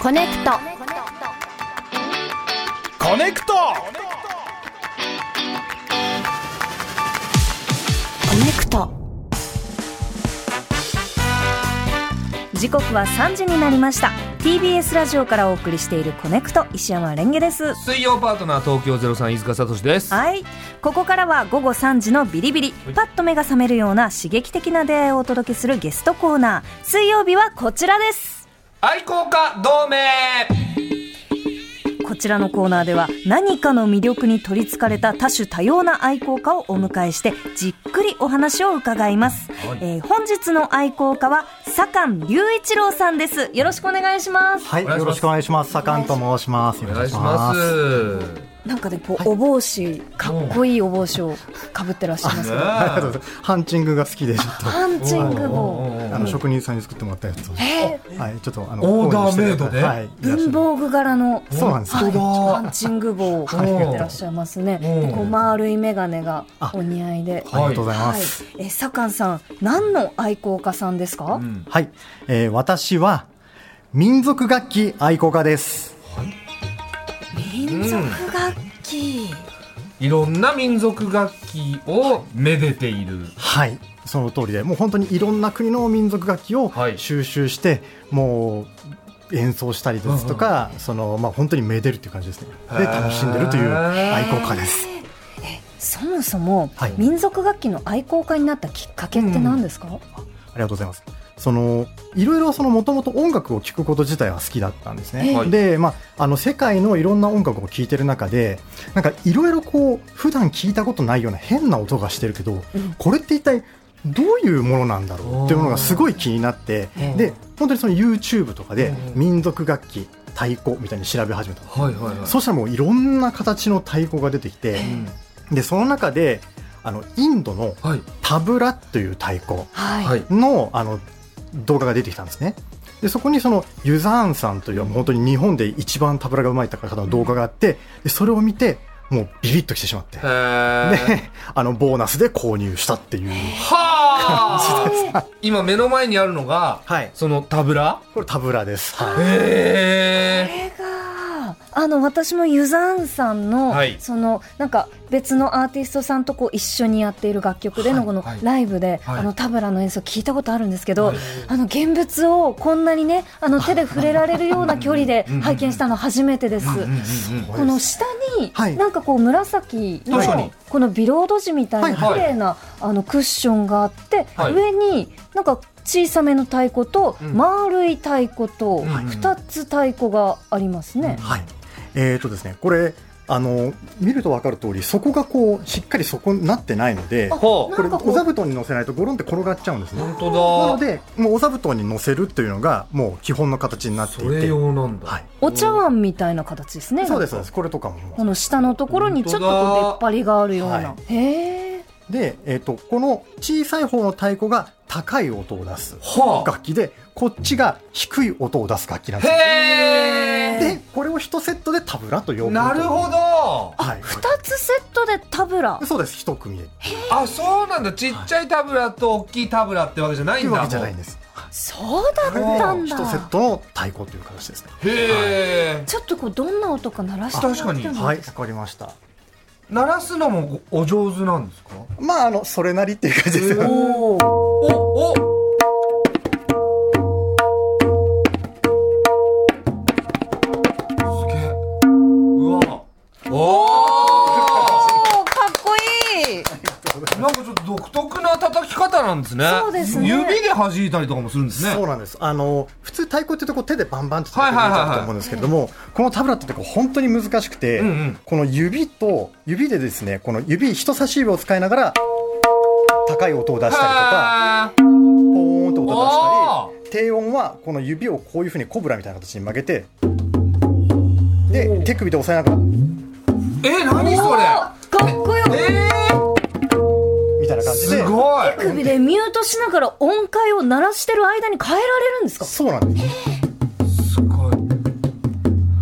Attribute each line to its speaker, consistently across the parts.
Speaker 1: コネクト
Speaker 2: コネクト
Speaker 1: コネクト
Speaker 3: 時刻は3時になりました TBS ラジオからお送りしているコネクト石山レンゲです
Speaker 2: 水曜パートナー東京ゼロさん飯塚聡です。
Speaker 3: はいここからは午後3時のビリビリパッと目が覚めるような刺激的な出会いをお届けするゲストコーナー水曜日はこちらです
Speaker 2: 愛好家同盟。
Speaker 3: こちらのコーナーでは何かの魅力に取りつかれた多種多様な愛好家をお迎えしてじっくりお話を伺います、
Speaker 2: はい
Speaker 3: えー本日の愛好家は坂間隆一郎さんですよろしくお願いします
Speaker 4: はい、
Speaker 2: お願いします
Speaker 4: よろしくお願いします。サカンと申します。
Speaker 2: お願いします。
Speaker 3: なんかねこうお帽子かっこいいお帽子をかぶってらっしゃ いますけど
Speaker 4: ありがとうございます。ハンチングが好きで、ちょっと。
Speaker 3: パンチング
Speaker 2: おう
Speaker 3: 帽
Speaker 2: おうおう
Speaker 4: あの職人さんに作ってもらったやつを。
Speaker 3: え
Speaker 4: はい、ちょっとあの。
Speaker 2: オーダーメイドで
Speaker 4: はい。
Speaker 3: 文房具柄の
Speaker 4: そうなんです
Speaker 3: はい、
Speaker 4: よ。
Speaker 3: パンチング帽をかけてらっしゃいますね。
Speaker 2: うん
Speaker 3: でこう丸い眼鏡がお似合いで。
Speaker 4: ありがとうございま
Speaker 3: はい
Speaker 4: す。。
Speaker 3: え、サカンさん、何の愛好家さんですか？
Speaker 4: はい、えー私は民族楽器愛好家です。
Speaker 3: 民族楽器。
Speaker 2: いろんな民族楽器をめでている。
Speaker 4: はい。その通りで、もう本当にいろんな国の民族楽器を
Speaker 2: はい
Speaker 4: 収集して、もう演奏したりですとか、そのまあ本当にめでるっていう感じですね。
Speaker 2: へ
Speaker 4: で
Speaker 2: ー
Speaker 4: 楽しんでるという愛好家です。
Speaker 3: そもそも、
Speaker 4: はい
Speaker 3: 民族楽器の愛好家になったきっかけって何ですか？
Speaker 4: ありがとうございます。そのいろいろそのもともと音楽を聴くこと自体は好きだったんですね。
Speaker 2: はい
Speaker 4: で、まああの世界のいろんな音楽を聴いてる中で、なんかいろいろこう普段聞いたことないような変な音がしてるけど、これって一体どういうものなんだろうっていうのがすごい気になって
Speaker 2: うん、
Speaker 4: で本当にその YouTube とかで
Speaker 2: うん
Speaker 4: 民族楽器太鼓みたいに調べ始めたの。
Speaker 2: はいはいはい。
Speaker 4: そしたらもういろんな形の太鼓が出てきて、でその中であのインドの
Speaker 2: はい
Speaker 4: タブラという太鼓。
Speaker 3: はい。
Speaker 2: はい。
Speaker 4: のあの動画が出てきたんですね。でそこにそのユザーンさんという本当に日本で一番タブラがうまい方の動画があってでそれを見てもうビビッときてしまって
Speaker 2: へ
Speaker 4: で
Speaker 2: ー。
Speaker 4: あのボーナスで購入したっていう
Speaker 2: はあ。今目の前にあるのが、
Speaker 4: はい
Speaker 2: そのタブラ。
Speaker 4: これタブラです、はい
Speaker 2: へ
Speaker 3: こ
Speaker 2: え。
Speaker 3: れがあの私もユザーンさんの、
Speaker 2: はい
Speaker 3: そのなんか別のアーティストさんとこう一緒にやっている楽曲での
Speaker 4: はい
Speaker 3: この
Speaker 2: はい
Speaker 3: ライブで、
Speaker 2: はい
Speaker 3: あのタブラの演奏聞いたことあるんですけど、
Speaker 2: はい
Speaker 3: あの現物をこんなにねあの手で触れられるような距離で
Speaker 2: うんうん
Speaker 3: 拝見したの初めてです。
Speaker 2: うんうんうん
Speaker 3: この下に、
Speaker 4: はい
Speaker 3: なんかこう紫
Speaker 2: 確かに
Speaker 3: のこのビロード地みたいな
Speaker 2: はいはい
Speaker 3: 綺麗なあのクッションがあって、
Speaker 2: はい
Speaker 3: 上になんか小さめの太鼓と
Speaker 2: うん
Speaker 3: 丸い太鼓と
Speaker 2: はい
Speaker 3: 二つ太鼓がありますね。
Speaker 4: はいえーとですねこれあの見ると分かる通りそこがこうしっかりそこになってないので
Speaker 3: あ
Speaker 2: ほう
Speaker 4: これ
Speaker 3: なんかこう
Speaker 4: お座布団に乗せないとゴロンって転がっちゃうんですね
Speaker 2: 本
Speaker 4: な
Speaker 2: 当
Speaker 4: の
Speaker 2: だ。
Speaker 4: でもうお座布団に乗せるっていうのがもう基本の形になってい
Speaker 2: それ
Speaker 4: て
Speaker 2: 用なんだ。
Speaker 4: はい
Speaker 3: お茶碗みたいな形ですね。
Speaker 4: そうですそうですこれとかも
Speaker 3: この下のところにちょっとこう出っ張りがあるような
Speaker 4: は。
Speaker 3: へえ。
Speaker 4: で、えっとこの小さい方の太鼓が高い音を出す
Speaker 2: はあ。
Speaker 4: 楽器でこっちが低い音を出す楽器なんです
Speaker 2: へえ。
Speaker 4: でこれを一セットでタブラと呼ぶ
Speaker 2: なるほど。
Speaker 4: はい
Speaker 3: 二つセットでタブラ。
Speaker 4: そうです一組でっ
Speaker 2: あ、そうなんだ。ちっちゃいタブラと大きいタブラってわけじゃな
Speaker 4: て
Speaker 2: い
Speaker 4: い
Speaker 2: ん
Speaker 4: う
Speaker 2: だ。
Speaker 4: わけじゃないんです
Speaker 3: そうだっ
Speaker 4: これで
Speaker 3: たん
Speaker 4: 一セッ
Speaker 3: だ。
Speaker 4: トの太鼓という形ですね
Speaker 2: へえ。
Speaker 3: ちょっとこうどんな音か鳴らしてもらってもいいですか
Speaker 4: はいわかりました
Speaker 2: 鳴らすのもおお上手なんですか。
Speaker 4: まああのそれなりっていう感じです よ
Speaker 2: おお。お。すげえ。うわ。おお。
Speaker 3: おーかっこいい
Speaker 2: なんかちょっと独特な叩き方なんですね。
Speaker 3: そうですね
Speaker 2: 指で弾いたりとかもするんですね。
Speaker 4: そうなんですあの普通太鼓ってとこう手でバンバンって叩く
Speaker 2: はいはいは
Speaker 4: や
Speaker 2: い
Speaker 4: つだと思うんですけれどもこのタブラってとこ本当に難しくて、
Speaker 2: うんうん
Speaker 4: この指と指でですねこの指人差し指を使いながら高い音を出したりとか
Speaker 2: は
Speaker 4: ポーンって音を出
Speaker 2: あ
Speaker 4: したり低音はこの指をこういうふうにコブラみたいな形に曲げてで手首で押さえながら
Speaker 2: ーえ、何
Speaker 3: お
Speaker 2: それ。
Speaker 3: ーかっこよ
Speaker 2: え
Speaker 4: みたいな感
Speaker 2: ー、
Speaker 4: じ
Speaker 2: す
Speaker 4: で
Speaker 2: ごい。
Speaker 3: 首でミュートしながら音階を鳴らしてる間に変えられるんですか
Speaker 4: そうなんです
Speaker 2: すごい。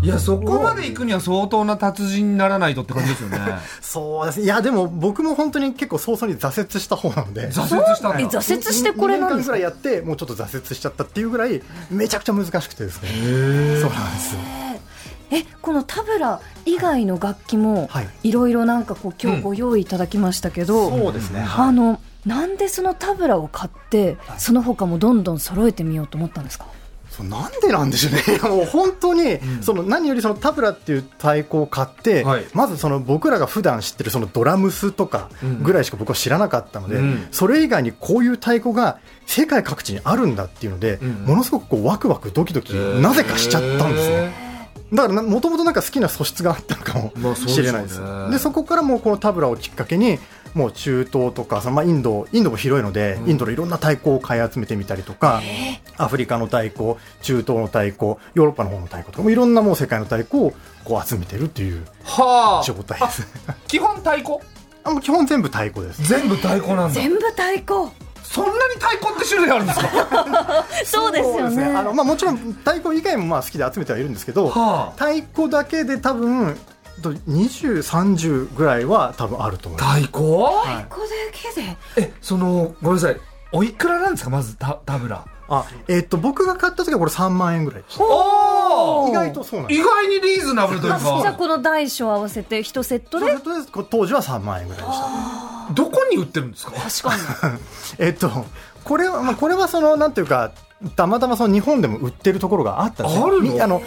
Speaker 2: いやそこまで行くには相当な達人にならないとって感じですよね
Speaker 4: そうですねいやでも僕も本当に結構早々に挫折した方なので
Speaker 2: 挫折したん
Speaker 3: え
Speaker 2: だ
Speaker 3: 挫折してこれな
Speaker 4: 2
Speaker 3: ん
Speaker 4: 年
Speaker 3: で
Speaker 4: 間
Speaker 3: す
Speaker 4: ぐ
Speaker 3: から
Speaker 4: いやってもうちょっと挫折しちゃったっていうぐらいめちゃくちゃ難しくてですねそうなんですよ
Speaker 3: えこのタブラ以外の楽器も
Speaker 4: はい
Speaker 3: いろいろなんかこう今日ご用意いただきましたけど、
Speaker 4: うですね
Speaker 3: あのなんでそのタブラを買ってその他もどんどん揃えてみようと思ったんですか
Speaker 4: そうなんでなんでしょうね いやもう本当に、
Speaker 2: ん
Speaker 4: その何よりそのタブラっていう太鼓を買って、
Speaker 2: はい
Speaker 4: まずその僕らが普段知ってるそのドラムスとか
Speaker 2: うん
Speaker 4: ぐらいしか僕は知らなかったので、
Speaker 2: うん
Speaker 4: それ以外にこういう太鼓が世界各地にあるんだっていうので、
Speaker 2: うん
Speaker 4: ものすごくこうワクワクドキドキなぜかしちゃったんですね。だからもともとなんか好きな素質があったのか
Speaker 2: まあ
Speaker 4: も
Speaker 2: そうでし
Speaker 4: し
Speaker 2: ょうね
Speaker 4: れないです、でそこからもうこのタブラをきっかけにもう中東とか、そのまあ、インドインドも広いので、
Speaker 2: うん
Speaker 4: インドのいろんな太鼓を買い集めてみたりとかアフリカの太鼓中東の太鼓ヨーロッパの方の太鼓とかもういろんなもう世界の太鼓をこう集めてるっていう
Speaker 2: は
Speaker 4: 状態です
Speaker 2: あ基本太鼓
Speaker 4: あもう基本全部太鼓です
Speaker 2: 全部太鼓なんだ
Speaker 3: 全部太鼓
Speaker 2: そんなに太鼓って種類あるんですか
Speaker 3: そうですよね
Speaker 4: あの、まあ、もちろん太鼓以外もまあ好きで集めてはいるんですけど
Speaker 2: は
Speaker 4: 太鼓だけで多分2030ぐらいは多分あると思います
Speaker 2: あ太鼓、
Speaker 4: はい
Speaker 3: ここだけで
Speaker 2: えそのごめんなさいおいくらなんですかまずタタブラ
Speaker 4: あ、えっと僕が買った時はこれ3万円ぐらいでした
Speaker 2: お
Speaker 3: おー
Speaker 4: 意外とそうなんで
Speaker 2: 意
Speaker 4: す
Speaker 2: 外にリーズナブルという
Speaker 3: あじゃあ
Speaker 2: か
Speaker 3: この大小合わせて一セット
Speaker 4: と
Speaker 3: で
Speaker 4: りあえずとりあえずこう当時は3万円ぐらいでした
Speaker 2: どこに売ってるんですか
Speaker 3: 確かに
Speaker 4: えっとこれは、まあ、これはそのなんていうかたまたまその日本でも売ってるところがあったんですね
Speaker 2: あるの
Speaker 4: みあの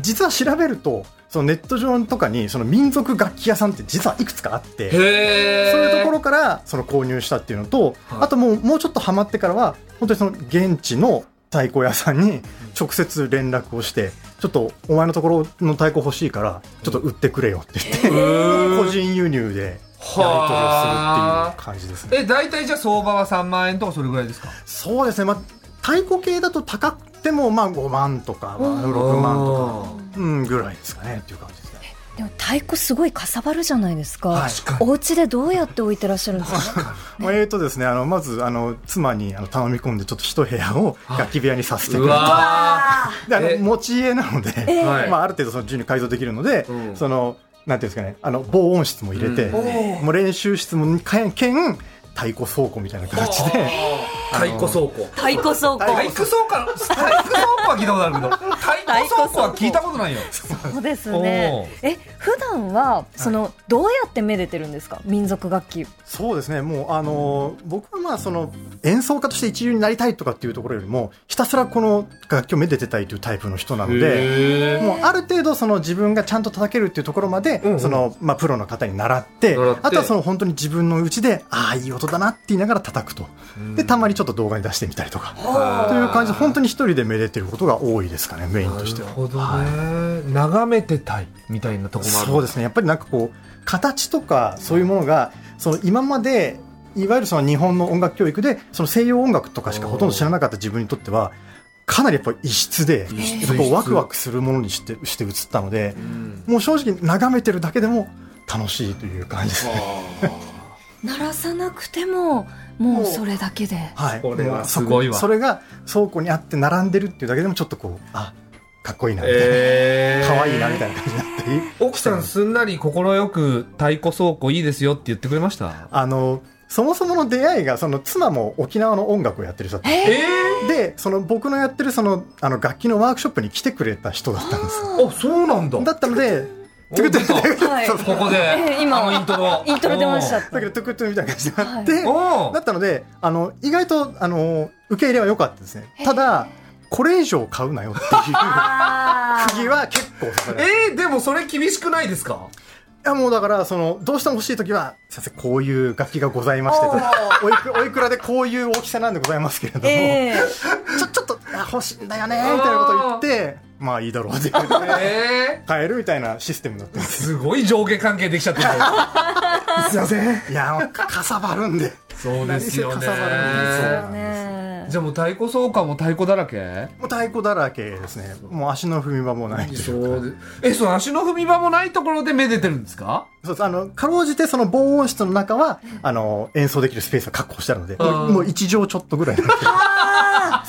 Speaker 4: 実は調べるとそのネット上とかにその民族楽器屋さんって実はいくつかあってそう
Speaker 2: へえ
Speaker 4: いうところからその購入したっていうのと、
Speaker 2: はい
Speaker 4: あともうもうちょっとハマってからは本当にその現地の太鼓屋さんに直接連絡をしてちょっとお前のところの太鼓欲しいからちょっと売ってくれよって言って個人輸入でやり取りをするっていう感じですね。
Speaker 2: え大体じゃあ相場は3万円とかそれぐらいですか
Speaker 4: そうですね、まあ、太鼓系だと高くてもまあ5万とか、まあ、6万とか、うん、ぐらいですかねっていう感じですね。
Speaker 3: でも太鼓すごいかさばるじゃないですか、
Speaker 4: はい
Speaker 2: 確かに
Speaker 3: お家でどうやって置いてらっしゃるんですか
Speaker 4: まあえーとですね、あのまずあの妻にあの頼み込んでちょっと一部屋を楽器部屋にさせてく
Speaker 2: う
Speaker 4: れて、
Speaker 2: わ
Speaker 4: であの
Speaker 2: え
Speaker 4: 持ち家なので、
Speaker 3: え
Speaker 2: はい
Speaker 4: まあ、ある程度その自由に改造できるので、
Speaker 2: うん
Speaker 4: そのなんていうんですかねあの防音室も入れて、
Speaker 2: う
Speaker 4: もう練習室も兼兼太鼓倉庫みたいな形で。
Speaker 2: 太鼓倉庫
Speaker 3: 太鼓倉
Speaker 2: 太鼓倉庫
Speaker 3: 庫
Speaker 2: 太鼓倉庫は聞いたことあるけど太鼓倉庫は聞いたことないよ
Speaker 3: そうですねえ普段はそのどうやってめでてるんですか民族楽器
Speaker 4: そうですね、もう、あのー僕はまあその演奏家として一流になりたいとかっていうところよりも、ひたすらこの楽器をめでてたいというタイプの人なので、
Speaker 2: へ
Speaker 4: もうある程度、その自分がちゃんと叩けるっていうところまで、
Speaker 2: うんうん
Speaker 4: そのまあ、プロの方に習って、
Speaker 2: 習って
Speaker 4: あとはその本当に自分のうちで、ああ、いい音だなって言いながら叩くと、でたまにちょっと動画に出してみたりとか、という感じで、本当に一人でめでてることが多いですかね、メインとしては。
Speaker 2: ほど
Speaker 4: はい
Speaker 2: ね眺めてたいみたいなとこもある
Speaker 4: そうですねやっぱりなんかこう形とかそういうものがその今までいわゆるその日本の音楽教育でその西洋音楽とかしかほとんど知らなかった自分にとってはかなりやっぱり異質で
Speaker 2: 異質
Speaker 4: やっぱこ
Speaker 2: 異
Speaker 4: う
Speaker 2: 質
Speaker 4: ワクワクするものにしてして映ったので
Speaker 2: うん
Speaker 4: もう正直眺めてるだけでも楽しいという感じですね。
Speaker 3: 鳴らさなくてももうそれだけで
Speaker 4: はい、
Speaker 2: これは
Speaker 4: もうそ
Speaker 2: すごいわ
Speaker 4: それが倉庫にあって並んでるっていうだけでもちょっとこうあかっこいいなみたいな、
Speaker 2: えー
Speaker 4: かわいいなみたいな感じになったり
Speaker 2: 奥さんすんなり快く太鼓倉庫いいですよって言ってくれました
Speaker 4: あのそもそもの出会いがその妻も沖縄の音楽をやってる人だったんです
Speaker 2: ええ
Speaker 4: でその僕のやってるそのあの楽器のワークショップに来てくれた人だったんです
Speaker 2: ー、あそうなんだ
Speaker 4: だったので
Speaker 2: お
Speaker 4: トゥクトゥ
Speaker 2: 出た
Speaker 4: クトゥ
Speaker 3: はい
Speaker 4: クそうそう
Speaker 2: ここで、
Speaker 3: えー今
Speaker 2: あのイントロ
Speaker 3: イントロ出ました
Speaker 4: だけどトゥクトゥクみたいな感じになって、
Speaker 2: おー
Speaker 4: だったのであの意外とあの受け入れは良かったですねただこれ以上買うなよっていう
Speaker 3: あー
Speaker 4: 釘は結構刺されるい
Speaker 2: えー、でもそれ厳しくないですか
Speaker 4: やもうだからそのどうしても欲しい時は「先生こういう楽器がございまして」おいくおいくらでこういう大きさなんでございますけれども、
Speaker 3: ええ
Speaker 4: ちょちょっとあ欲しいんだよねみたいなことを言ってまあいいだろうって言って
Speaker 2: え
Speaker 4: 買えるみたいなシステムになってます
Speaker 2: ー、すごい上下関係できちゃってる
Speaker 4: すいません。いや、もうかかさばるんで。
Speaker 2: そうですよね
Speaker 4: 何せかさばるんですよ
Speaker 3: ねえ
Speaker 2: じゃあもう太鼓倉庫も太鼓だらけ
Speaker 4: もう太鼓だらけですね。もう足の踏み場もないというか
Speaker 2: そうでえその足の踏み場もないところでめでてるんですか
Speaker 4: そうですあの、かろうじてその防音室の中は、あの、演奏できるスペースを確保してあるので、も
Speaker 2: うん
Speaker 4: うもう一畳ちょっとぐらいなんで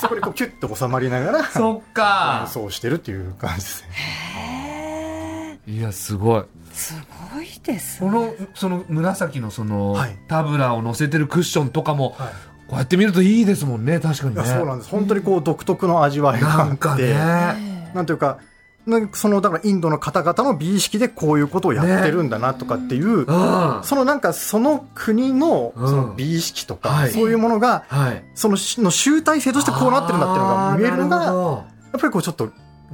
Speaker 4: そこにこうキュッと収まりながら、
Speaker 2: そっか
Speaker 4: 演奏してるっていう感じですね。
Speaker 3: え
Speaker 2: いやすごい
Speaker 3: すごいです
Speaker 2: このその紫のその、
Speaker 4: はい
Speaker 2: タブラを乗せてるクッションとかも、
Speaker 4: はい
Speaker 2: こうやって見るといいですもんね確かに
Speaker 4: い
Speaker 2: ね
Speaker 4: やそうなんです本当にこう独特の味わいがあ
Speaker 2: なん
Speaker 4: っ
Speaker 2: か
Speaker 4: て
Speaker 2: ね
Speaker 4: なんというかなんかそのだからインドの方々の美意識でこういうことをやってるんだなとかっていう、
Speaker 2: うんは
Speaker 4: そのなんかその国の
Speaker 2: うん
Speaker 4: その美意識とか、
Speaker 2: はい
Speaker 4: そういうものが
Speaker 2: い
Speaker 4: そのしの集大成としてこうなってるんだっていうのが見えるのが
Speaker 2: あーな
Speaker 4: や
Speaker 2: ほど
Speaker 4: っぱりこうちょっと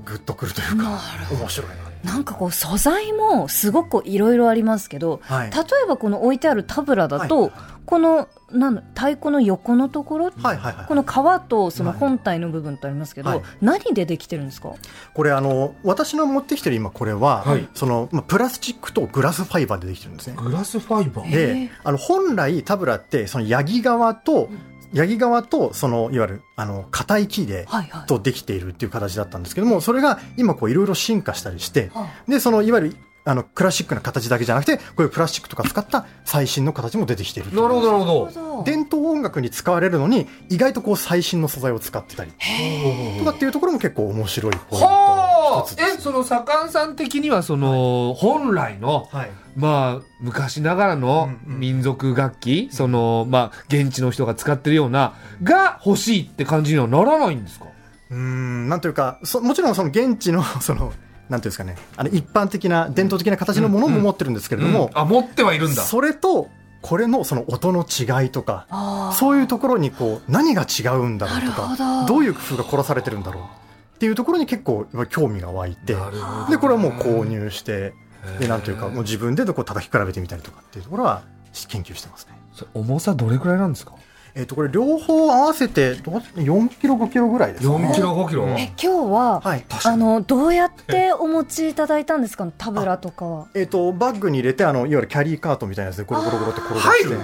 Speaker 4: グッとくるというか
Speaker 3: なる
Speaker 4: 面白い
Speaker 3: なんかこう素材もすごくいろいろありますけど
Speaker 4: な、はい
Speaker 3: 例えばこの置いてあるタブラだと、
Speaker 4: はい
Speaker 3: このなんだ太鼓の横のところ、
Speaker 4: はいはいはい
Speaker 3: この皮とその
Speaker 4: はい
Speaker 3: 本体の部分ってありますけど、
Speaker 4: はい
Speaker 3: 何でできてるんですか、
Speaker 4: これあの私の持ってきてる今これは、
Speaker 2: はい
Speaker 4: そのまあプラスチックとグラスファイバーでできてるんですね
Speaker 2: グラスファイバー
Speaker 3: へー
Speaker 4: であの本来タブラってそのヤギ側と
Speaker 3: うん
Speaker 4: ヤギ側とそのいわゆるあの硬い木で
Speaker 3: はいはい
Speaker 4: とできているっていう形だったんですけどもそれが今こういろいろ進化したりして
Speaker 3: は
Speaker 4: でそのいわゆるあのクラシックな形だけじゃなくてこういうプラスチックとか使った最新の形も出てきているという
Speaker 2: なるほどなるほど
Speaker 3: ど
Speaker 4: 伝統音楽に使われるのに意外とこう最新の素材を使ってたりとかっていうところも結構面白いポイントの
Speaker 2: は
Speaker 4: 一つ
Speaker 2: あ
Speaker 4: です
Speaker 2: えその左官さん的にはその、本来の
Speaker 4: はい
Speaker 2: まあ昔ながらの
Speaker 4: うんうん
Speaker 2: 民族楽器、そのまあ現地の人が使ってるようなが欲しいって感じにはならないんですか
Speaker 4: うーんなんというかそもちろんその現地のそのなんていうんですかねあの一般的な伝統的な形のものも持ってるんですけれども、
Speaker 2: うんあ持ってはいるんだ
Speaker 4: それとこれのその音の違いとか
Speaker 3: あー
Speaker 4: そういうところにこう何が違うんだろうと
Speaker 3: なるほ
Speaker 4: か
Speaker 3: ど
Speaker 4: どういう工夫が凝らされてるんだろうっていうところに結構やっぱ興味が湧いて
Speaker 2: なるほど
Speaker 4: でこれはもう購入して
Speaker 2: へ
Speaker 4: で
Speaker 2: ー
Speaker 4: なんというかもう自分でこう叩き比べてみたりとかっていうところは研究してますね。
Speaker 2: それ重さどれくらいなんですか
Speaker 4: えっとこれ両方合わせてどう4キロ5キロぐらいですかね。
Speaker 2: 4キロ5キロ、
Speaker 4: うん
Speaker 3: え今日は、
Speaker 4: はい。
Speaker 3: あのどうやってお持ちいただいたんですかタブラとかは
Speaker 4: えっとバッグに入れてあのいわゆるキャリーカートみたいなやつでゴロゴロゴロって転がして
Speaker 2: 入る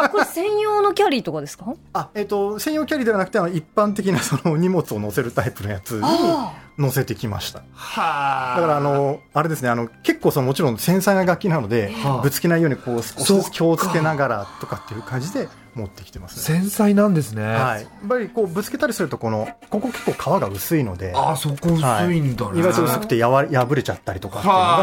Speaker 3: あこれ専用のキャリーとかです か
Speaker 4: あえっと専用キャリーではなくてあの一般的な その荷物を載せるタイプのやつに
Speaker 3: あ
Speaker 4: 載せてきました
Speaker 2: は
Speaker 4: だからあのあれですねあの結構そのもちろん繊細な楽器なので
Speaker 2: はあ
Speaker 4: ぶつけないようにこう少し
Speaker 2: そっ
Speaker 4: ずつ
Speaker 2: か
Speaker 4: 気をつけながらとかっていう感じで持ってきてますね
Speaker 2: 繊細なんですね、
Speaker 4: はい、やっぱりこうぶつけたりするとこのここ結構皮が薄いので
Speaker 2: あそこ薄いんだね、
Speaker 4: 意外と薄くてやわ破れちゃったりとかっていうのがある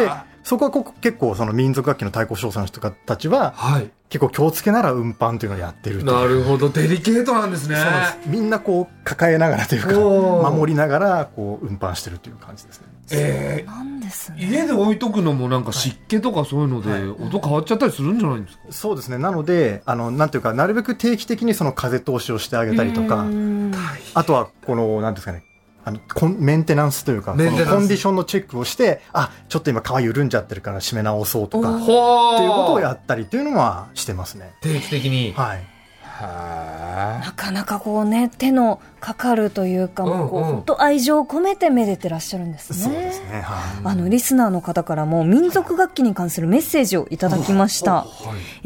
Speaker 4: の
Speaker 2: はあ
Speaker 4: でそこはこう結構その民族楽器の太鼓商社の人たちは
Speaker 2: はい
Speaker 4: 結構気をつけながら運搬というのをやってるっていう
Speaker 2: なるほどデリケートなんですね
Speaker 4: そうなんですみんなこう抱えながらというか
Speaker 2: おー
Speaker 4: 守りながらこう運搬してるという感じですね
Speaker 2: え
Speaker 3: ーなんです
Speaker 2: ー
Speaker 3: ね
Speaker 2: 家で置いとくのもなんか湿気とかそういうので、
Speaker 4: はい
Speaker 2: 音変わっちゃったりするんじゃないんですか、
Speaker 4: そうですねなのであのなんていうかなるべく定期的にその風通しをしてあげたりとか
Speaker 3: うん
Speaker 4: あとはこのなんていうんですかねあのコンメンテナンスというかこ
Speaker 2: メン
Speaker 4: の
Speaker 2: テナンス
Speaker 4: コンディションのチェックをしてあちょっと今皮緩んじゃってるから締め直そうとか
Speaker 3: お
Speaker 4: っ
Speaker 3: ー
Speaker 4: て
Speaker 2: ほ
Speaker 4: いうことをやったりというのはしてますね
Speaker 2: 定期的に
Speaker 4: はい
Speaker 2: は
Speaker 3: なかなかこうね手のかかるというか、
Speaker 2: うんうん
Speaker 3: こうほんと愛情を込めてめでてらっしゃるんですね
Speaker 4: そうですねはい
Speaker 3: あのリスナーの方からも民族楽器に関するメッセージをいただきました、
Speaker 2: はい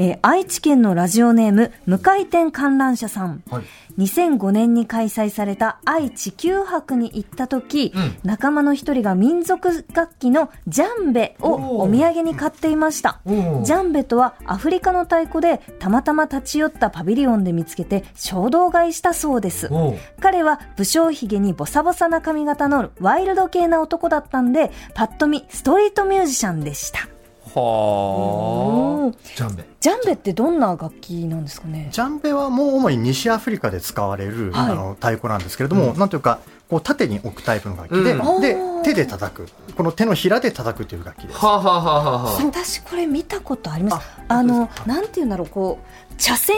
Speaker 3: えー愛知県のラジオネーム無回転観覧車さん
Speaker 2: はい
Speaker 3: 2005年に開催された愛・地球博に行った時、
Speaker 2: うん
Speaker 3: 仲間の一人が民族楽器のジャンベをお土産に買っていました。
Speaker 2: おー
Speaker 3: ジャンベとはアフリカの太鼓でたまたま立ち寄ったパビリオンで見つけて衝動買いしたそうです。
Speaker 2: おー
Speaker 3: 彼は武将髭にボサボサな髪型のワイルド系な男だったんで、パッと見ストリートミュージシャンでした。
Speaker 2: は
Speaker 3: お
Speaker 2: あ
Speaker 3: ー
Speaker 2: ジャンベ
Speaker 3: ジャンベってどんな楽器なんですかね
Speaker 4: ジャンベはもう主に西アフリカで使われる、
Speaker 3: はい
Speaker 4: あの太鼓なんですけれども、なんというかこう縦に置くタイプの楽器で、
Speaker 2: うん
Speaker 4: で
Speaker 3: おー
Speaker 4: 手で叩くこの手のひらで叩くという楽器です。
Speaker 2: はあはあはあはあ
Speaker 3: 私これ見たことあります
Speaker 4: あ
Speaker 3: あ
Speaker 4: 本
Speaker 3: の
Speaker 4: 当ですか
Speaker 3: なんて言うんだろうこう茶筅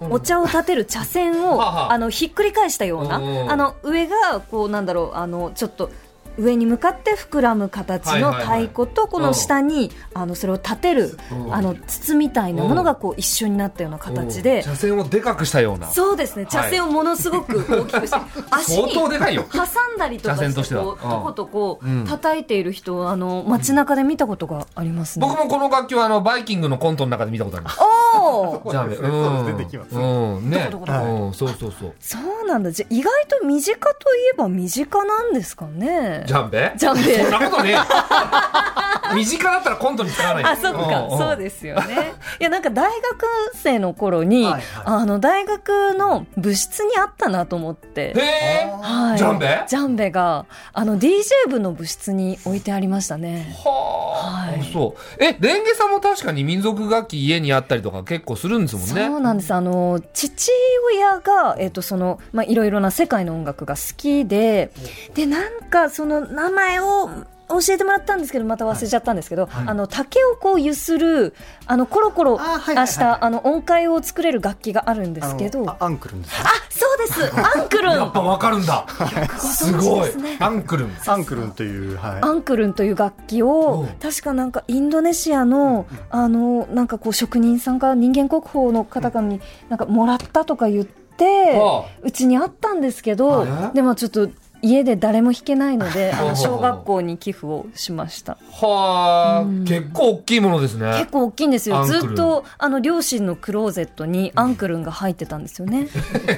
Speaker 2: うん
Speaker 3: お茶を立てる茶筅を、
Speaker 2: はあはあ
Speaker 3: あのひっくり返したような、
Speaker 2: うん
Speaker 3: あの上がこうなんだろうあのちょっと上に向かって膨らむ形の
Speaker 2: はいはいはい
Speaker 3: 太鼓とこの下にあのそれを立てる
Speaker 2: うん
Speaker 3: あの筒みたいなものがこう一緒になったような形で
Speaker 2: 車線をでかくしたような
Speaker 3: そうですね茶筅をものすごく大きく して足
Speaker 2: 相
Speaker 3: に
Speaker 2: 当でかいよ
Speaker 3: 挟んだりとか
Speaker 2: 茶筅
Speaker 3: して
Speaker 2: としては
Speaker 3: こう
Speaker 2: うん
Speaker 3: とことこ
Speaker 2: うん
Speaker 3: う叩いている人をあの街中で見たことがありますね。
Speaker 2: 僕もこの楽器はあのバイキングのコントの中で見たことあります
Speaker 3: おお
Speaker 2: ジャメ。
Speaker 4: そうです出てきます
Speaker 2: うん。うん。ね。
Speaker 3: どこ
Speaker 4: どこどこ
Speaker 2: うん。そうそうそう。
Speaker 3: そうなんだじゃ意外と身近といえば身近なんですかね
Speaker 2: ジャンベ
Speaker 3: ジャンベ
Speaker 2: そんなことね え。身近だったらコントに使わないよ
Speaker 3: あそっか
Speaker 2: んん
Speaker 3: そうですよね いやなんか大学生の頃に、
Speaker 4: はいはい
Speaker 3: あの大学の部室にあったなと思って
Speaker 2: へえ。
Speaker 3: はい、
Speaker 2: ジャンベ
Speaker 3: ジャンベがあの DJ 部の部室に置いてありましたね
Speaker 2: は
Speaker 3: はい
Speaker 2: あ。そう。え、レンゲさんも確かに民族楽器家にあったりとか結構するんですもんね。
Speaker 3: そうなんですあの父親が、えっとそのまあ、いろいろな世界の音楽が好きででなんかその名前を教えてもらったんですけどまた忘れちゃったんですけど、あの竹をこう揺するあのコロコロ
Speaker 4: あはいはいはい
Speaker 3: したあの音階を作れる楽器があるんですけど
Speaker 4: あの
Speaker 3: あ
Speaker 4: あアンクルンですね
Speaker 3: そうですアンクルン
Speaker 2: やっぱわかるんだ。す
Speaker 3: ご
Speaker 2: ご
Speaker 3: 存
Speaker 2: い
Speaker 3: 知ですね。
Speaker 2: アンクルン。
Speaker 4: アンクルンという、はい、
Speaker 3: アンクルンという楽器を
Speaker 2: うん
Speaker 3: 確かなんかインドネシアのあのなんかこう職人さんから人間国宝の方々になんかもらったとか言って
Speaker 2: は
Speaker 3: うちにあったんですけど
Speaker 2: あれ
Speaker 3: でもちょっと家で誰も弾けない のであ
Speaker 2: ほうほう
Speaker 3: の小学校に寄付をしました
Speaker 2: はあ
Speaker 3: うん。
Speaker 2: 結構大きいものですね
Speaker 3: 結。構大きいんですよ
Speaker 2: アンクルン
Speaker 3: ずっとあの両親のクローゼットにアンクルンが入ってたんですよね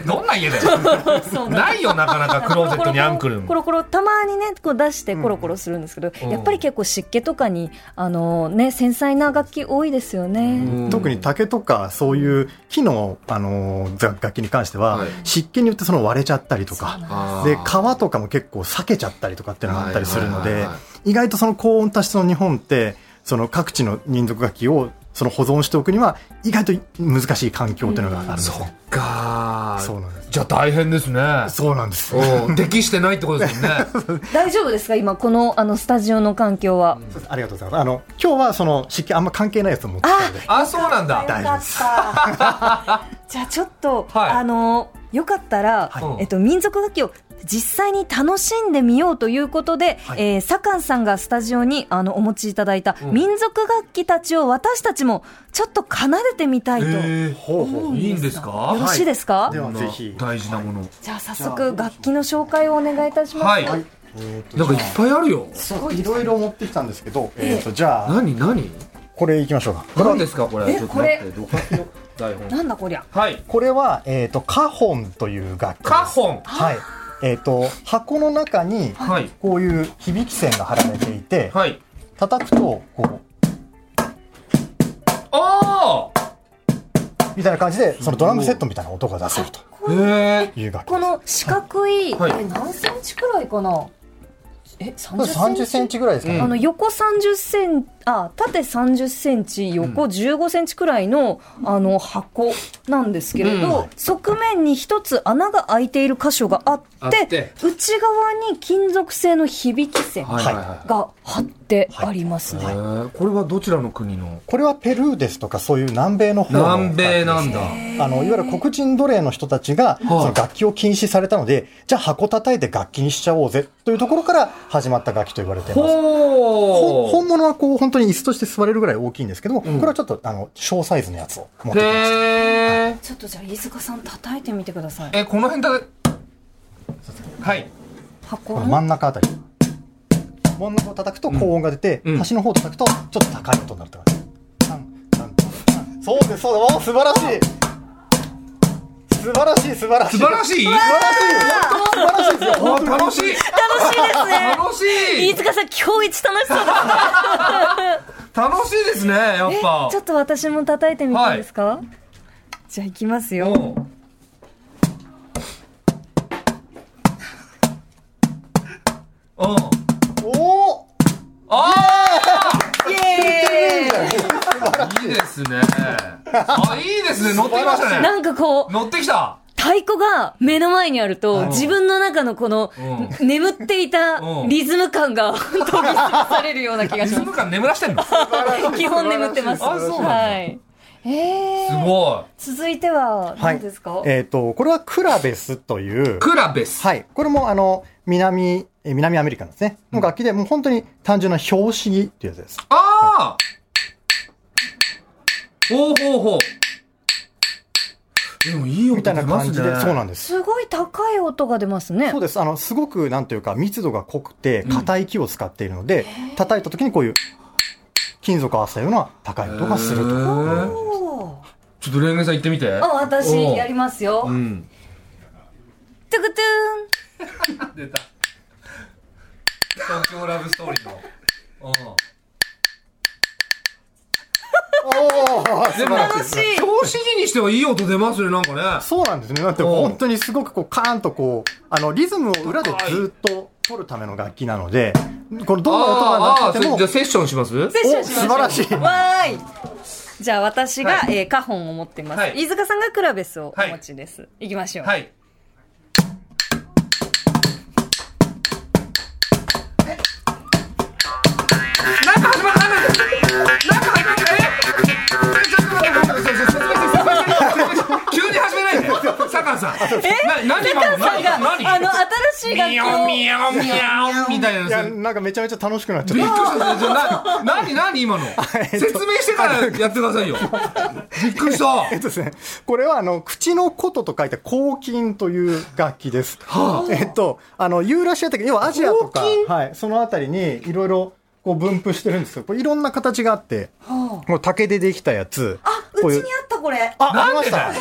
Speaker 2: どんな家だよ。
Speaker 3: そう
Speaker 2: ないよ、なかなかクローゼットにアンクルン
Speaker 3: コ。ロコロたまにねこう出して
Speaker 4: うん
Speaker 3: コロコロするんですけど、
Speaker 2: うん
Speaker 3: やっぱり結構湿気とかにあのね繊細な楽器多いですよね、
Speaker 2: うん
Speaker 4: 特に竹とかそういう木の、あのーざ楽器に関しては、
Speaker 1: はい
Speaker 4: 湿気によってその割れちゃったりとか
Speaker 1: あー
Speaker 4: で皮とかも結構裂けちゃったりとかっていうのがあったりするの
Speaker 1: はいは
Speaker 4: で
Speaker 1: いはいは
Speaker 4: 意外とその高温多湿の日本ってその各地の民族楽器をその保存しておくには意外と難しい環境っていうのがあるんです、
Speaker 2: そっかー
Speaker 4: そうなんです
Speaker 2: じゃあ大変ですね。
Speaker 4: そうなんです
Speaker 2: うん適してないってことですもんね。
Speaker 3: 大丈夫ですか今このあのスタジオの環境は、
Speaker 4: ありがとうございますあの今日はその湿気あんま関係ないやつを持ってきたので
Speaker 2: あ、そうなん
Speaker 3: よ
Speaker 2: だ。
Speaker 4: 大丈夫
Speaker 3: かっ
Speaker 4: で
Speaker 3: た じゃあちょっと、
Speaker 2: はい
Speaker 3: あのよかったら、
Speaker 2: はい
Speaker 3: えっと、民族楽器を実際に楽しんでみようということで、
Speaker 4: はい
Speaker 3: えー、左官さんがスタジオにあのお持ちいただいた
Speaker 2: うん
Speaker 3: 民族楽器たちを私たちもちょっと奏でてみたいと、
Speaker 2: え
Speaker 4: ほうほ
Speaker 2: ーいいんです
Speaker 3: よろ
Speaker 2: か
Speaker 3: しいですか、
Speaker 4: では
Speaker 2: こんな
Speaker 4: ぜひ
Speaker 2: 大事なもの。
Speaker 3: じゃあ早速楽器の紹介をお願いいたします。
Speaker 2: はい。
Speaker 4: は
Speaker 2: ないんかいっぱいあるよ。
Speaker 4: いろいろ持ってきたんですけど、えー、とじゃあ
Speaker 2: 何何
Speaker 4: これいきましょうか
Speaker 2: 何ですかこれ。
Speaker 3: え
Speaker 2: ちょっと待っ
Speaker 3: こ
Speaker 2: て。どかしの台本。
Speaker 3: なんだこりゃ。
Speaker 2: はい。
Speaker 4: これは、えー、とカホンという楽器です
Speaker 2: カホン。
Speaker 4: はい。えっ、と、箱の中に、
Speaker 2: はい。
Speaker 4: こういう響き線が貼られていて、
Speaker 2: はい。
Speaker 4: 叩くと、こう、
Speaker 2: ああ。
Speaker 4: みたいな感じで、そのドラムセットみたいな音が出せると
Speaker 3: これ
Speaker 2: へえ。
Speaker 4: いう楽器。
Speaker 3: この四角い、
Speaker 2: はい
Speaker 3: え何センチくらいかな。え三十
Speaker 4: 30センチぐらいですかね。
Speaker 2: うん
Speaker 3: あの横30センあ縦30センチ横15センチくらいの,、あの箱なんですけれど、
Speaker 2: うん
Speaker 3: 側面に一つ穴が開いている箇所があって
Speaker 2: あって
Speaker 3: 内側に金属製の響き線
Speaker 2: はいはいは
Speaker 3: が貼ってありますね。
Speaker 2: い。へーこれはどちらの国の？
Speaker 4: これはペルーですとか、そういう南米の方の楽器
Speaker 2: 南米なんだ。
Speaker 4: あの、いわゆる黒人奴隷の人たちが、その楽器を禁止されたので、じゃあ箱叩いて楽器にしちゃおうぜ、というところから始まった楽器と言われています。ほ
Speaker 2: ほ
Speaker 4: 本物はこう、本当に椅子として座れるぐらい大きいんですけども、
Speaker 2: うん
Speaker 4: これはちょっと、あの、小サイズのやつを持って
Speaker 2: へ
Speaker 4: きました。
Speaker 2: え。
Speaker 3: ちょっとじゃあ飯塚さん叩いてみてください。
Speaker 2: えこの辺だ。はい。
Speaker 3: 箱
Speaker 4: この
Speaker 3: の
Speaker 4: 真ん中あたり真ん中を叩くと高音が出て、
Speaker 2: うんうん
Speaker 4: 端の方を叩くとちょっと高い音になるって感じタンタンタンタンそうですそうですおー素晴らしい素晴らしい素晴らしい
Speaker 2: 素晴らしい。
Speaker 4: 素晴らしい素晴らしいですよ
Speaker 2: あ
Speaker 4: 本当に
Speaker 2: 楽しい。
Speaker 3: 楽しいですね。
Speaker 2: 楽しい
Speaker 3: 飯。塚さん、今日一楽しそうです。
Speaker 2: 楽しいですね。やっ
Speaker 3: え
Speaker 2: ぱ
Speaker 3: ちょ。っと私も叩いてみていいですか、じゃあ行きますよ。
Speaker 2: うんうん。
Speaker 4: おお
Speaker 2: あ
Speaker 3: イエー
Speaker 2: あ。いいですね。あいいですね。乗ってきました
Speaker 3: イ
Speaker 2: ね。
Speaker 3: なんかこう、
Speaker 2: 乗ってきた。
Speaker 3: 太鼓が目の前にあると、自分の中のこの、
Speaker 2: う
Speaker 3: 眠っていた
Speaker 2: うん
Speaker 3: リズム感 が研ぎ澄まされるような気が
Speaker 2: リ
Speaker 3: し
Speaker 2: ズ
Speaker 3: ま
Speaker 2: ム感眠らしてんの。す
Speaker 3: す。基本眠ってます。
Speaker 2: あそうなんだ
Speaker 3: はい。えー、
Speaker 2: ごい。
Speaker 3: 続いては
Speaker 4: はい
Speaker 3: 何ですか、
Speaker 4: えっ、とこれはクラベスという
Speaker 2: クラベス。
Speaker 4: はいこれもあの南えー南アメリカなんですねの楽器でもう本当に単純な拍子木っていうやつです
Speaker 2: ああ。ほうほうほう。でもいい音
Speaker 4: みたいな
Speaker 2: 出ま
Speaker 4: 感
Speaker 2: すね。
Speaker 4: じで、そうなんです
Speaker 3: すごい高い音が出ます ね
Speaker 4: そう。です。あの、すごく、なんというか、密度が濃くて、硬い木を使っているので、叩いた時にこういう、金属を合わせたような高い音がすると。
Speaker 2: へー
Speaker 3: おー
Speaker 2: ちょっとレンゲさん行ってみて
Speaker 3: あ、私
Speaker 2: おう
Speaker 3: やりますよ。
Speaker 2: うん
Speaker 3: トゥクトゥ
Speaker 2: 出た東京ラブストーリーの
Speaker 4: おー
Speaker 2: でも
Speaker 3: ーン楽しい
Speaker 2: 表紙にしてはいい音出ますねなんかね
Speaker 4: そうなんですね。だって
Speaker 2: おう
Speaker 4: 本当にすごくこうカーンとこう、あのリズムを裏でずっと取るための楽器なので、このどんな音が
Speaker 2: あーあ
Speaker 4: 鳴
Speaker 2: ー
Speaker 4: ってて
Speaker 2: それ
Speaker 4: も
Speaker 2: じゃあ、セッションします
Speaker 3: セッションしましょう
Speaker 4: お素晴らしい
Speaker 3: わーい。じゃあ私が、
Speaker 2: は
Speaker 3: えー、カホンを持ってます、
Speaker 2: はい
Speaker 3: 飯塚さんがクラベスを
Speaker 2: はい
Speaker 3: お持ちです。い、きましょう。
Speaker 2: はいなんか始まったなんか始まったえちょっと待って待って説明して説明して説明して急に始めないで坂野さんえ何今の
Speaker 3: さん
Speaker 2: 何
Speaker 3: が、
Speaker 2: 何
Speaker 3: あの、新しい楽
Speaker 2: ミ
Speaker 3: 器
Speaker 2: ヤ
Speaker 3: を。
Speaker 2: オミヤオミヤオみたい
Speaker 4: い
Speaker 2: な
Speaker 4: や、
Speaker 2: びっ
Speaker 4: なんかめちゃめちゃ楽しくなっちゃ
Speaker 2: くり
Speaker 4: っ
Speaker 2: したじゃあな何 何今の説明してからやってくださいよびっくりしたは
Speaker 4: た。えっとですね、これはあの口のことと書いて口筋という楽器です。
Speaker 2: あ
Speaker 4: えっと、あのユーラシア的、要はアジアとか
Speaker 2: 口筋、
Speaker 4: はい、そのあたりにいろいろこう分布してるんですけど、これいろんな形があって、
Speaker 3: は
Speaker 4: もう竹でできたやつ、
Speaker 3: あ、うち
Speaker 4: こうい
Speaker 3: に
Speaker 4: う
Speaker 3: あったこれ。あ
Speaker 4: あ、あり
Speaker 2: な
Speaker 4: ま
Speaker 2: んで
Speaker 4: し
Speaker 2: だ
Speaker 4: た
Speaker 2: よ。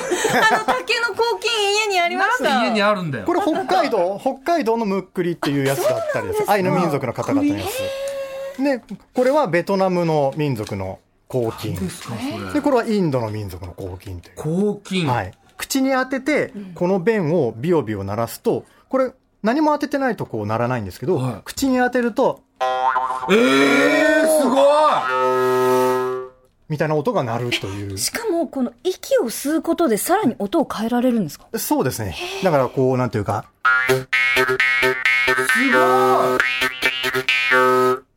Speaker 3: の、竹の抗菌家にありま
Speaker 2: な
Speaker 3: し
Speaker 2: ん
Speaker 3: た。
Speaker 2: で家にあるんだよ
Speaker 4: これ北海道北海道のムックリっていうやつだったりです
Speaker 3: あそうなんですか
Speaker 4: アイヌ民族の方々ですでこれはベトナムの民族の黄金
Speaker 2: ですかそれ
Speaker 4: でこれはインドの民族の黄金とい
Speaker 2: 抗菌
Speaker 4: う、はい、口に当ててこの弁をビヨビヨ鳴らすとこれ何も当ててないとこう鳴らないんですけど、
Speaker 2: はい
Speaker 4: 口に当てると
Speaker 2: えーすごい
Speaker 4: みたいな音が鳴ると いう
Speaker 3: しかも、この息を吸うことでさらに音を変えられるんですか
Speaker 4: そうですねだからこうなんていうか
Speaker 2: すご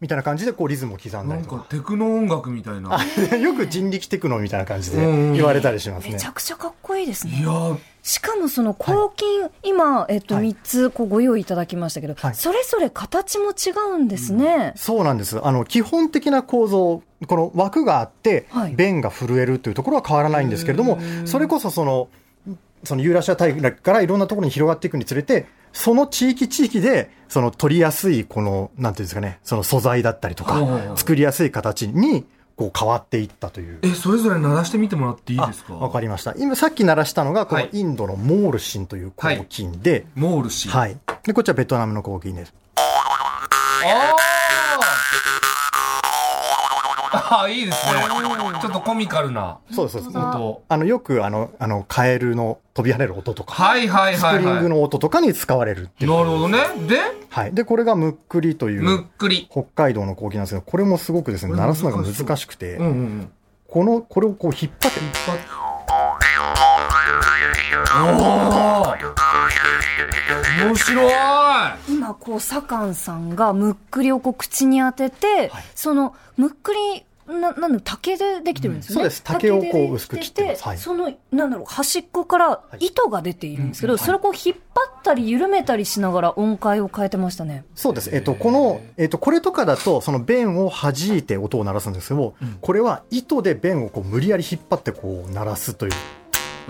Speaker 4: みたいな感じでこうリズムを刻ん
Speaker 2: い
Speaker 4: だ
Speaker 2: な
Speaker 4: り
Speaker 2: ん
Speaker 4: と
Speaker 2: か
Speaker 4: か
Speaker 2: テクノ音楽みたいな
Speaker 4: よく人力テクノみたいな感じで
Speaker 2: うん
Speaker 4: 言われたりしますね
Speaker 3: めちゃくちゃかっこいいです
Speaker 2: い
Speaker 3: ね
Speaker 2: や。ー
Speaker 3: しかもその抗菌、今、えっと、
Speaker 4: はい
Speaker 3: 3つこうご用意いただきましたけど、
Speaker 4: はい
Speaker 3: それぞれ形も違うんですね。
Speaker 4: そうなんです。あの、基本的な構造、この枠があって
Speaker 3: はい、
Speaker 4: 弁が震えるというところは変わらないんですけれども、それこそその、そのユーラシア大陸からいろんなところに広がっていくにつれて、その地域地域で、その取りやすい、この、なんていうんですかね、その素材だったりと
Speaker 2: はいはいは
Speaker 4: か、
Speaker 2: い
Speaker 4: 作りやすい形に、こう変わっていったという。
Speaker 2: えそれぞれ鳴らしてみてもらっていいですか
Speaker 4: わかりました。今さっき鳴らしたのが、こ
Speaker 2: は
Speaker 4: の
Speaker 2: い
Speaker 4: インドのモールシンという抗菌で、
Speaker 2: モールシー
Speaker 4: はい。で、こっちはベトナムの抗菌です。
Speaker 2: あああいいですねちょっとコミカルな
Speaker 4: そうです、そうです。
Speaker 2: 音
Speaker 4: あの、よくあの、あの、カエルの飛び跳ねる音とか、
Speaker 2: はいはい
Speaker 4: ス
Speaker 2: は
Speaker 4: プ
Speaker 2: い
Speaker 4: リン
Speaker 2: はい
Speaker 4: グ
Speaker 2: なる
Speaker 4: の音とかに使われるっていう。
Speaker 2: ほどねで
Speaker 4: はい。で、これがムックリとい
Speaker 2: むっ
Speaker 4: う、
Speaker 2: くり
Speaker 4: 北海道の講義なんですけど、これもすごくですね、
Speaker 2: これ
Speaker 4: 鳴らすのが
Speaker 2: 難しそう
Speaker 4: 難しくて、
Speaker 2: うんうんうん
Speaker 4: この、これをこう引っ張って、
Speaker 2: おお面白い
Speaker 3: 今、こう、左官さんがむっくりをこう口に当てて、その、むっくり、な、なんだろう竹でできてるんですよね。
Speaker 4: うんそうです竹をこう
Speaker 3: ででき
Speaker 4: 薄く切ってますはい
Speaker 3: その、なんだろう、端っこから
Speaker 4: い
Speaker 3: 糸が出ているんですけ
Speaker 2: う
Speaker 3: ど、
Speaker 2: んうん
Speaker 3: それをこう引っ張ったり緩めたりしながら音階を変えてましたね。
Speaker 4: そうです。えっと、この、えっと、これとかだと、その弁を弾いて音を鳴らすんですけども、これは糸で弁をこう無理やり引っ張ってこう鳴らすという、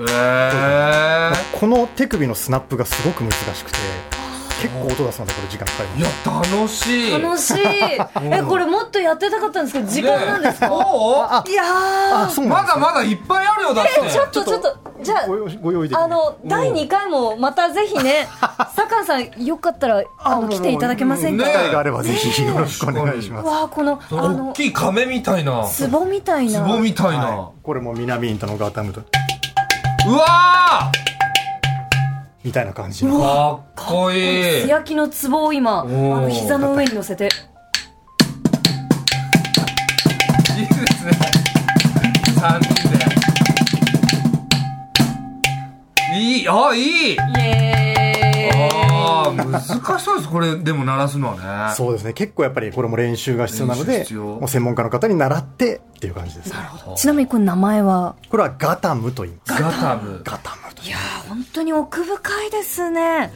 Speaker 2: えー
Speaker 4: この手首のスナップがすごく難しくて、結構音出すまでこれ時間かかります
Speaker 2: い や楽しい
Speaker 3: 楽しい。え、これもっとやってたかったんですけど、時間なんです
Speaker 2: ね
Speaker 3: か
Speaker 2: おう
Speaker 4: あ
Speaker 3: いやー
Speaker 4: あ、。そうな
Speaker 2: ま
Speaker 4: んです
Speaker 2: だ
Speaker 4: よ
Speaker 2: まだいっぱいあるよだって
Speaker 3: えちょっとちょっとじゃあ
Speaker 4: ご用意ご用意でき
Speaker 3: あ
Speaker 4: る
Speaker 3: の第2回もまたぜひね 坂さんよかったらあの来ていただけませんか、
Speaker 2: ね
Speaker 4: 機会があればぜひよろしくお願いします。
Speaker 3: わあこのあ
Speaker 2: 大
Speaker 3: の
Speaker 2: きい亀みたいな
Speaker 3: 壺みたいな
Speaker 2: 壺みたいな、
Speaker 4: はい、これも南インドのガータムと
Speaker 2: うわ
Speaker 4: みたいな感じ
Speaker 2: ー
Speaker 4: の。
Speaker 2: かっこいい
Speaker 3: 素焼きの壺を今あ
Speaker 2: ー
Speaker 3: の膝の上に乗せて
Speaker 2: いいですね。三人で。いい、あ、いい。
Speaker 3: イエ
Speaker 2: ああ、
Speaker 3: ーイ
Speaker 2: 難しそうです。これ、でも鳴らすのはね。
Speaker 4: そうですね。結構やっぱりこれも練習が必要なの
Speaker 2: 練習
Speaker 4: で、
Speaker 2: 必要
Speaker 4: もう専門家の方に習ってっていう感じですね。
Speaker 3: ちなみにこれ名前は
Speaker 4: これはガタムと言います。
Speaker 2: ガタム。
Speaker 4: ガタムと言い
Speaker 3: いやー本当に奥深いですね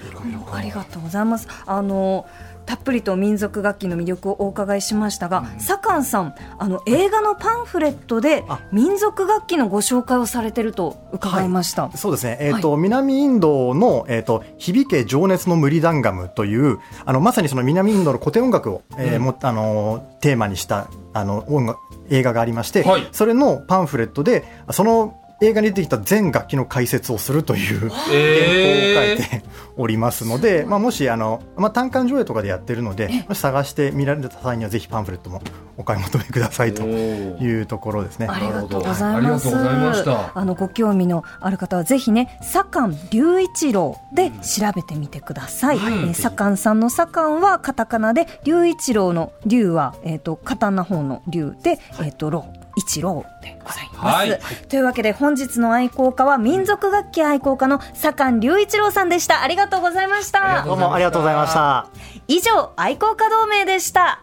Speaker 3: ありがとうございますあのたっぷりと民族楽器の魅力をお伺いしましたが、左官さんあの映画のパンフレットで
Speaker 4: あ
Speaker 3: 民族楽器のご紹介をされてると伺いました、
Speaker 4: ます。そうですね。えっ、と、南インドの、えっ、と、響け情熱のムリダンガムという、あの、まさにその南インドの古典音楽を、えーも、あのー、テーマにした、あの、音楽、映画がありまして、
Speaker 2: はい
Speaker 4: それのパンフレットで、その映画に出てきた全楽器の解説をするという原稿を書いておりますので、まあ、もしあの、まあ、単館上映とかでやってるのでもし探して見られた際にはぜひパンフレットもお買い求めくださいというところですね。
Speaker 3: あ
Speaker 2: な
Speaker 3: り
Speaker 2: る
Speaker 3: が
Speaker 2: ほ
Speaker 3: と
Speaker 2: ど
Speaker 3: うございます。
Speaker 2: はいありがとうございました
Speaker 3: あのご興味のある方はぜひね、左官隆一郎で調べてみてください。
Speaker 2: はい
Speaker 3: えー左官さんの左官はカタカナで、隆一郎の隆はえっ、と刀方の隆で、えっ、と郎一郎でございます、
Speaker 2: はい
Speaker 3: というわけで本日の愛好家は民族楽器愛好家の左官隆一郎さんでした。ありがとうございまし
Speaker 2: ありが
Speaker 3: た
Speaker 2: と。
Speaker 4: どうもありがとうございました。
Speaker 3: 以上愛好家同盟でした。